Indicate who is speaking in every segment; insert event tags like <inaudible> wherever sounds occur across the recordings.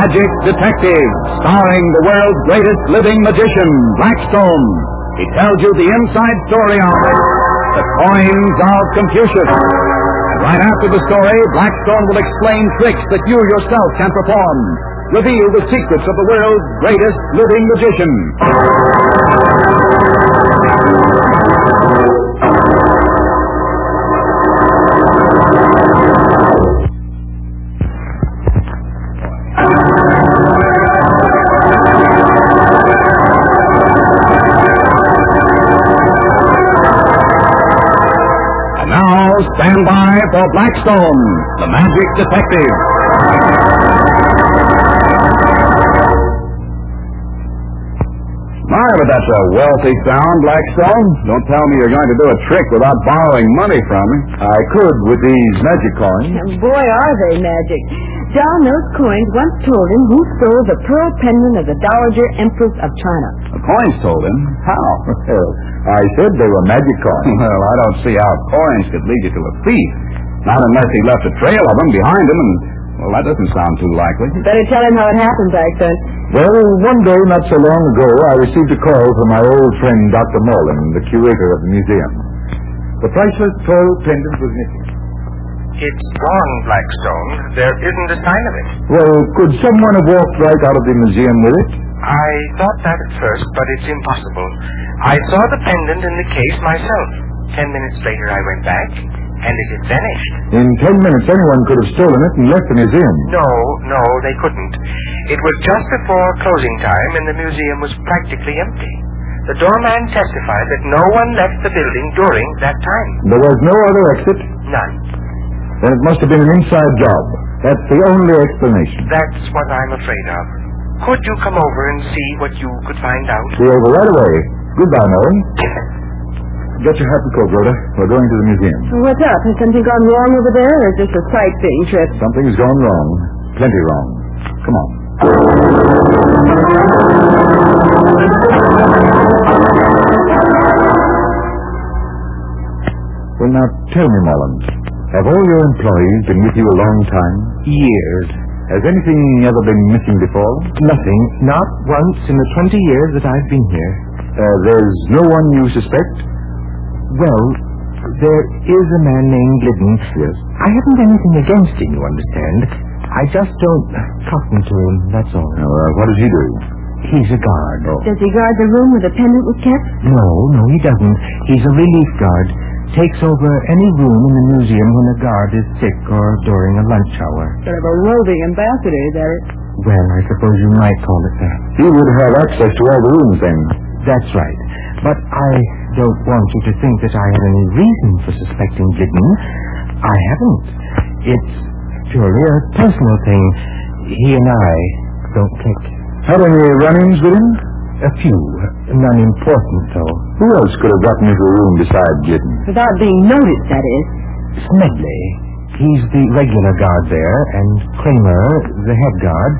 Speaker 1: Magic Detective, starring the world's greatest living magician, Blackstone. He tells you the inside story on the coins of Confucius. And right after the story, Blackstone will explain tricks that you yourself can perform, reveal the secrets of the world's greatest living magician. And now, stand by for Blackstone, the Magic Detective.
Speaker 2: My, but that's a wealthy sound, Blackstone. Don't tell me you're going to do a trick without borrowing money from me. I could with these magic coins.
Speaker 3: And boy, are they magic. Don, those coins once told him who stole the pearl pendant of the Dowager Empress of China.
Speaker 2: The coins told him. How? <laughs> I said they were magic coins. <laughs> Well, I don't see how coins could lead you to a thief. Not unless he left a trail of them behind him, and, well, that doesn't sound too likely.
Speaker 3: Better tell him how it happened, Blackstone.
Speaker 4: Well, one day not so long ago, I received a call from my old friend Dr. Morlin, the curator of the museum. The priceless pearl pendant was missing.
Speaker 5: It's gone, Blackstone. There isn't a sign of it.
Speaker 4: Well, could someone have walked right out of the museum with it?
Speaker 5: I thought that at first, but it's impossible. I saw the pendant in the case myself. Ten minutes later, I went back, and it had vanished.
Speaker 4: In ten minutes, anyone could have stolen it and left the museum.
Speaker 5: No, no, they couldn't. It was just before closing time, and the museum was practically empty. The doorman testified that no one left the building during that time.
Speaker 4: There was no other exit,
Speaker 5: None.
Speaker 4: then it must have been an inside job. That's the only explanation.
Speaker 5: That's what I'm afraid of. Could you come over and see what you could find out?
Speaker 4: Be over right away. Goodbye, Nolan. Get your hat and coat, Rhoda. We're going to the museum.
Speaker 3: What's up? Has something gone wrong over there, or is this a sightseeing trip?
Speaker 4: Something's gone wrong. Plenty wrong. Come on. Well, now tell me, Mullins, have all your employees been with you a long time?
Speaker 6: years.
Speaker 4: Has anything ever been missing before?
Speaker 6: Nothing, not once in the 20 years that I've been here.
Speaker 4: Uh, there's no one you suspect?
Speaker 6: Well, there is a man named Glidden. Yes. I haven't anything against him, you understand. I just don't cotton to him, that's all.
Speaker 4: Uh, what does he do?
Speaker 6: He's a guard. Oh.
Speaker 3: Does he guard the room where the pendant was kept?
Speaker 6: No, no, he doesn't. He's a relief guard. Takes over any room in the museum when a guard is sick or during a lunch hour.
Speaker 3: Sort of a roving ambassador, is that it?
Speaker 6: Well, I suppose you might call it that.
Speaker 4: He would have access to all the rooms then.
Speaker 6: That's right. But I don't want you to think that I have any reason for suspecting Glidden. I haven't. It's purely a personal thing. He and I don't click.
Speaker 4: Had any run-ins with him?
Speaker 6: A few. None important, though.
Speaker 4: Who else could have gotten into a room besides Glidden?
Speaker 3: Without being noticed, that is.
Speaker 6: Smedley. He's the regular guard there, and Kramer, the head guard,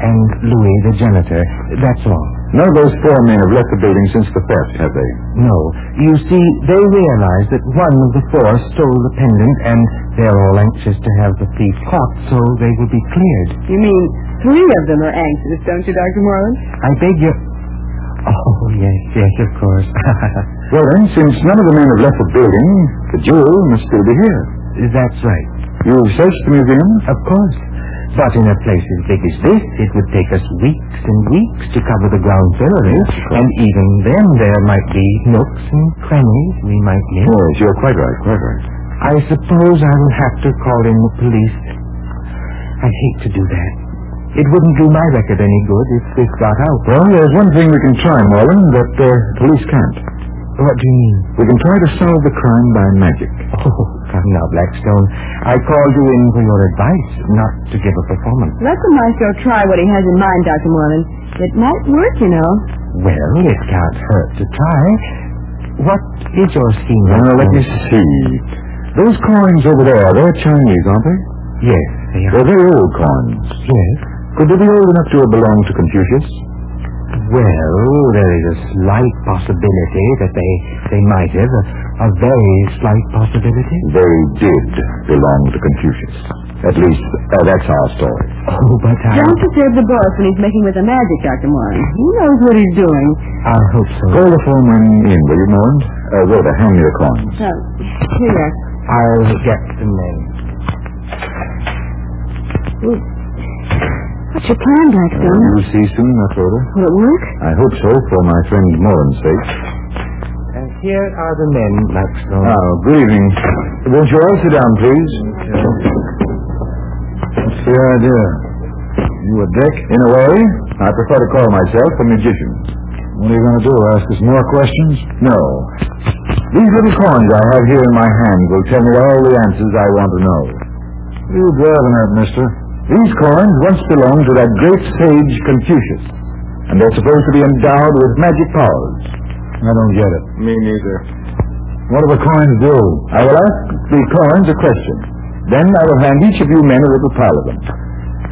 Speaker 6: and Louis, the janitor. That's all.
Speaker 4: None of those four men have left the building since the theft, have they?
Speaker 6: No. You see, they realize that one of the four stole the pendant, and they're all anxious to have the thief caught so they will be cleared.
Speaker 3: You mean three of them are anxious, don't you, Dr. Moreland?
Speaker 6: I beg your. <laughs> Oh, yes, yes, of course. <laughs>
Speaker 4: Well, then, since none of the men have left the building, the jewel must still be here.
Speaker 6: That's right.
Speaker 4: You've searched the museum?
Speaker 6: Of course. But in a place as big as this, it would take us weeks and weeks to cover the ground thoroughly. and even then, there might be nooks and crannies we might miss.
Speaker 4: Yes, you're quite right, quite right.
Speaker 6: I suppose I'll have to call in the police. I hate to do that. It wouldn't do my record any good if this got out.
Speaker 4: Well, there's one thing we can try, Morland, that uh, police can't.
Speaker 6: What do you mean?
Speaker 4: We can try to solve the crime by magic.
Speaker 6: <laughs> Oh, come now, Blackstone. I called you in for your advice, not to give a performance.
Speaker 3: Let the maestro try what he has in mind, Dr. Moreland. It might work, you know.
Speaker 6: Well, it can't hurt to try. What is your scheme?
Speaker 4: Now, let me see. Those coins over there, they're Chinese, aren't they?
Speaker 6: Yes, they are.
Speaker 4: They're very old coins.
Speaker 6: Yes.
Speaker 4: Could they be old enough to have belonged to Confucius?
Speaker 6: Well, there is a slight possibility that they they might have a, a very slight possibility.
Speaker 4: They did belong to Confucius. At least, uh, that's our story.
Speaker 6: Oh, but I...
Speaker 3: Don't disturb the boss when he's making with the magic, Dr. Moran. He knows what he's doing.
Speaker 6: I hope so.
Speaker 4: Call the phone in, will you, Morland? Uh, Rhoda, hand me your coins.
Speaker 3: So, here you are.
Speaker 6: I'll get the name.
Speaker 3: What's your plan, Blackstone?
Speaker 4: Will you see soon, Aunt Rhoda?
Speaker 3: Will it work?
Speaker 4: I hope so, for my friend Moran's sake.
Speaker 6: And here are the men, Blackstone.
Speaker 4: Ah, good evening. Won't you all sit down, please? What's the idea? You a dick? In a way, I prefer to call myself a magician. What are you going to do? Ask us more questions? No. These little coins I have here in my hand will tell me all the answers I want to know. What are you driving at, mister? These coins once belonged to that great sage Confucius, and they're supposed to be endowed with magic powers. I don't get it. Me neither. What do the coins do? I will ask the coins a question. Then I will hand each of you men a little pile of them.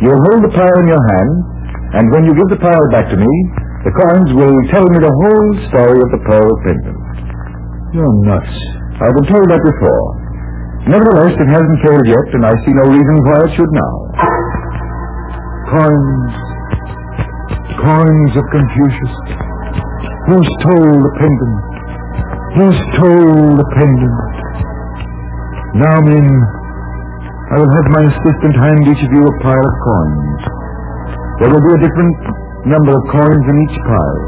Speaker 4: You'll hold the pile in your hand, and when you give the pile back to me, the coins will tell me the whole story of the pearl pendant. You're nuts. I've been told that before. Nevertheless, it hasn't failed yet, and I see no reason why it should now. Coins. Coins of Confucius. Who stole the pendant? Who stole the pendant? Now, men, I will have my assistant hand each of you a pile of coins. There will be a different number of coins in each pile.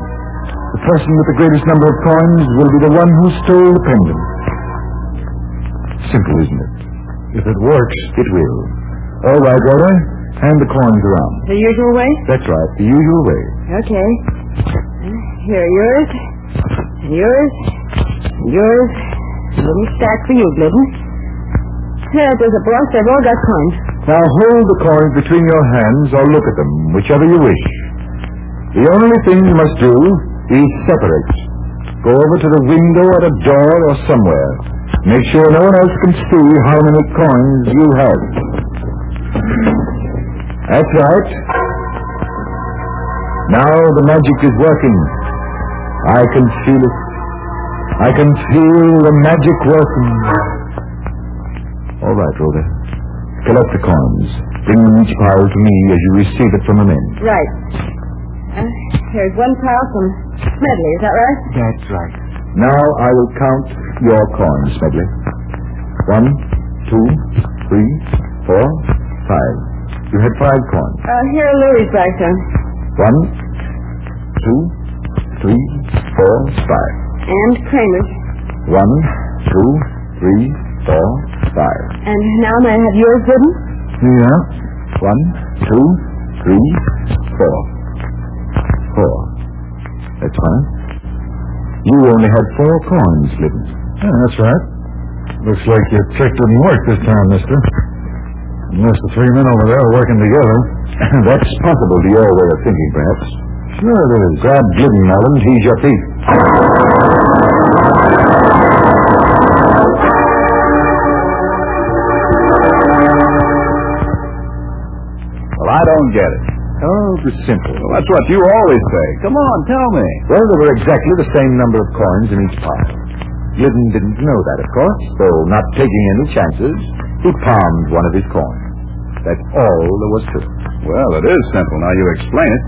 Speaker 4: The person with the greatest number of coins will be the one who stole the pendant. Simple, isn't it? If it works, it will. All right, Rhoda, hand the coins around.
Speaker 3: The usual way?
Speaker 4: That's right, the usual way.
Speaker 3: Okay. Here are yours. And yours. And yours. A little stack for you, Glidden. Here, there's a boss. They've all got coins.
Speaker 4: Now hold the coins between your hands or look at them, whichever you wish. The only thing you must do is separate. Go over to the window or a door or somewhere. Make sure no one else can see how many coins you have. That's right. Now the magic is working. I can feel it. I can feel the magic working. All right, Rhoda. Collect the coins. Bring them each pile to me as you receive it from the men.
Speaker 3: Right. Uh, here's one pile from Smedley, is that right?
Speaker 6: That's right.
Speaker 4: Now I will count your coins, Smedley. One, two, three, four, five. You had five coins.
Speaker 3: Uh, here are Louis Blackstone.
Speaker 4: One, two, three, four, five.
Speaker 3: And Kramer's.
Speaker 4: One, two, three, four, five.
Speaker 3: And now may I have yours, Glidden?
Speaker 4: Yeah. One, two, three, four. Four. That's fine. You only had four coins, Glidden. Yeah, that's right. Looks like your trick didn't work this time, mister. Unless the three men over there are working together. <laughs> that's possible to your way of thinking, perhaps. Sure it is. Grab Glidden, Allen. He's your thief.
Speaker 2: Well, I don't get it.
Speaker 4: Oh, it was simple.
Speaker 2: Well, that's what you always say. Come on, tell me.
Speaker 4: Well, there were exactly the same number of coins in each pile. Glidden didn't know that, of course, so not taking any chances, he palmed one of his coins. That's all there was to it.
Speaker 2: Well, it is simple. Now you explain it.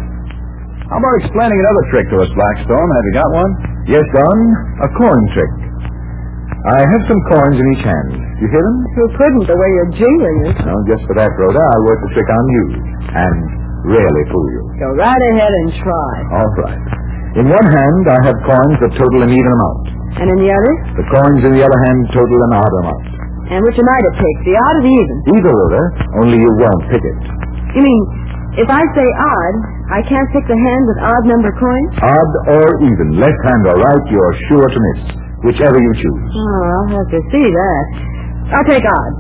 Speaker 2: How about explaining another trick to us, Blackstone? Have you got one?
Speaker 4: Yes, Don, a coin trick. I have some coins in each hand. You hear them?
Speaker 3: Who couldn't, the way you're jingling it?
Speaker 4: No, just for that, Rhoda, I'll work the trick on you and really fool you.
Speaker 3: Go right ahead and try.
Speaker 4: All right. In one hand, I have coins that total an even amount.
Speaker 3: And in the other?
Speaker 4: The coins in the other hand total an odd amount.
Speaker 3: And which am I to pick, the odd or the even?
Speaker 4: Either, Rhoda, only you won't pick it.
Speaker 3: You mean, if I say odd, I can't pick the hand with odd number coins?
Speaker 4: Odd or even, left hand or right, you're sure to miss. Whichever you choose.
Speaker 3: Oh, I'll have to see that. I'll take odd.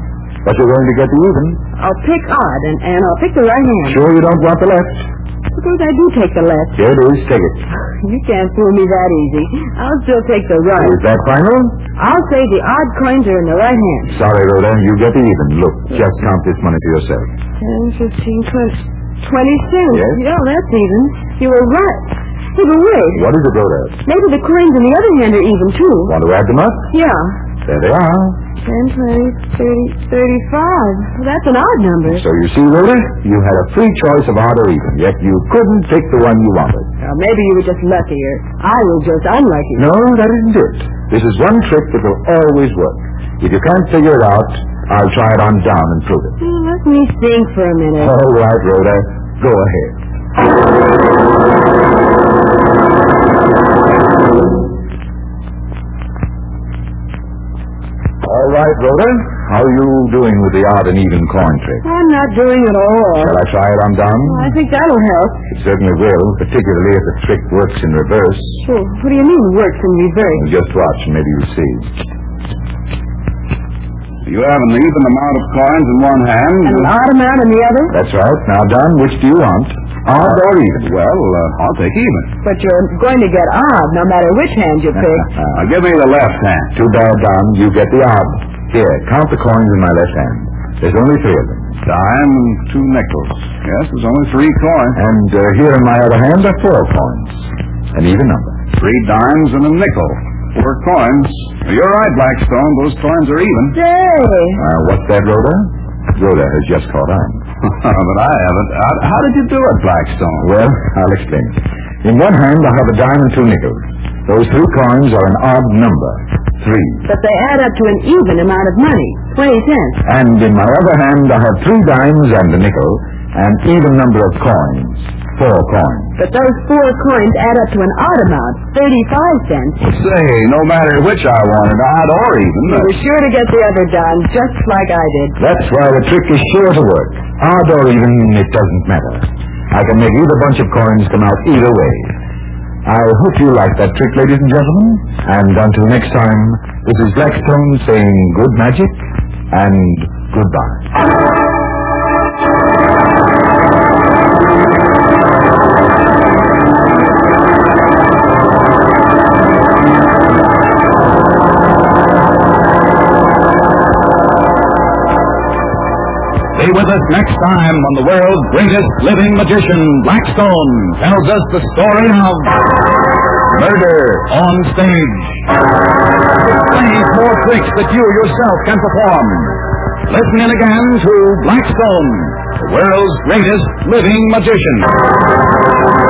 Speaker 4: But you're going to get the even.
Speaker 3: I'll pick odd, and, and I'll pick the right hand.
Speaker 4: Sure you don't want the left.
Speaker 3: Suppose I do take the left.
Speaker 4: Here it is, take it.
Speaker 3: You can't fool me that easy. I'll still take the right.
Speaker 4: Is that final?
Speaker 3: I'll say the odd coins are in the right hand.
Speaker 4: Sorry, Rhoda, you get the even. Look, just count this money for yourself.
Speaker 3: Ten, fifteen, twenty. Twenty-two.
Speaker 4: Yes?
Speaker 3: Yeah, that's even. You were right. Hey, but wait.
Speaker 4: What is it, Rhoda?
Speaker 3: Maybe the coins in the other hand are even, too.
Speaker 4: Want to add them up?
Speaker 3: Yeah.
Speaker 4: There they are.
Speaker 3: 10, 20, 30, 35. Well, that's an odd number.
Speaker 4: So you see, Willie, you had a free choice of odd or even, yet you couldn't pick the one you wanted.
Speaker 3: Well, Uh, maybe you were just lucky, or I was just unlucky.
Speaker 4: No, that isn't it. This is one trick that will always work. If you can't figure it out, I'll try it on down and prove it.
Speaker 3: Hmm, Let me think for a minute.
Speaker 4: All right, Rhoda, go ahead. All right, Rhoda, how are you doing with the odd and even coin trick?
Speaker 3: I'm not doing it all.
Speaker 4: Shall I try it on down?
Speaker 3: I think that'll help.
Speaker 4: It certainly will, particularly if the trick works in reverse.
Speaker 3: Sure. What do you mean works in reverse?
Speaker 4: Just watch, and maybe you'll see. You have an even amount of coins in one hand.
Speaker 3: An odd amount and the other?
Speaker 4: That's right. Now, Don, which do you want? Odd or even? Well, uh, I'll take even.
Speaker 3: But you're going to get odd no matter which hand you
Speaker 4: <laughs>
Speaker 3: pick.
Speaker 4: Uh, give me the left hand. Too bad, Don. You get the odd. Here, count the coins in my left hand. There's only three of them. Dime and two nickels. Yes, there's only three coins. And uh, here in my other hand are four coins. An even number. Three dimes and a nickel. Four coins. You're right, Blackstone. Those coins are even.
Speaker 3: Say,
Speaker 4: Uh, what's that, Rhoda? Rhoda has just caught on. <laughs> but I haven't. How, how did you do it, Blackstone? Well, I'll explain. In one hand, I have a dime and two nickels. Those three coins are an odd number. Three.
Speaker 3: but they add up to an even amount of money, 20 cents.
Speaker 4: And in my other hand, I have three dimes and a nickel, an even number of coins. Four coins.
Speaker 3: But those four coins add up to an odd amount, 35 cents.
Speaker 4: Say, no matter which I wanted, odd or even.
Speaker 3: You were sure to get the other done, just like I did.
Speaker 4: That's why the trick is sure to work. Odd or even, it doesn't matter. I can make either bunch of coins come out either way. I hope you like that trick, ladies and gentlemen. And until next time, this is Blackstone saying good magic and goodbye.
Speaker 7: Be with us next time when the world's greatest living magician, Blackstone, tells us the story of murder on stage. Many more tricks that you yourself can perform. Listen in again to Blackstone, the world's greatest living magician.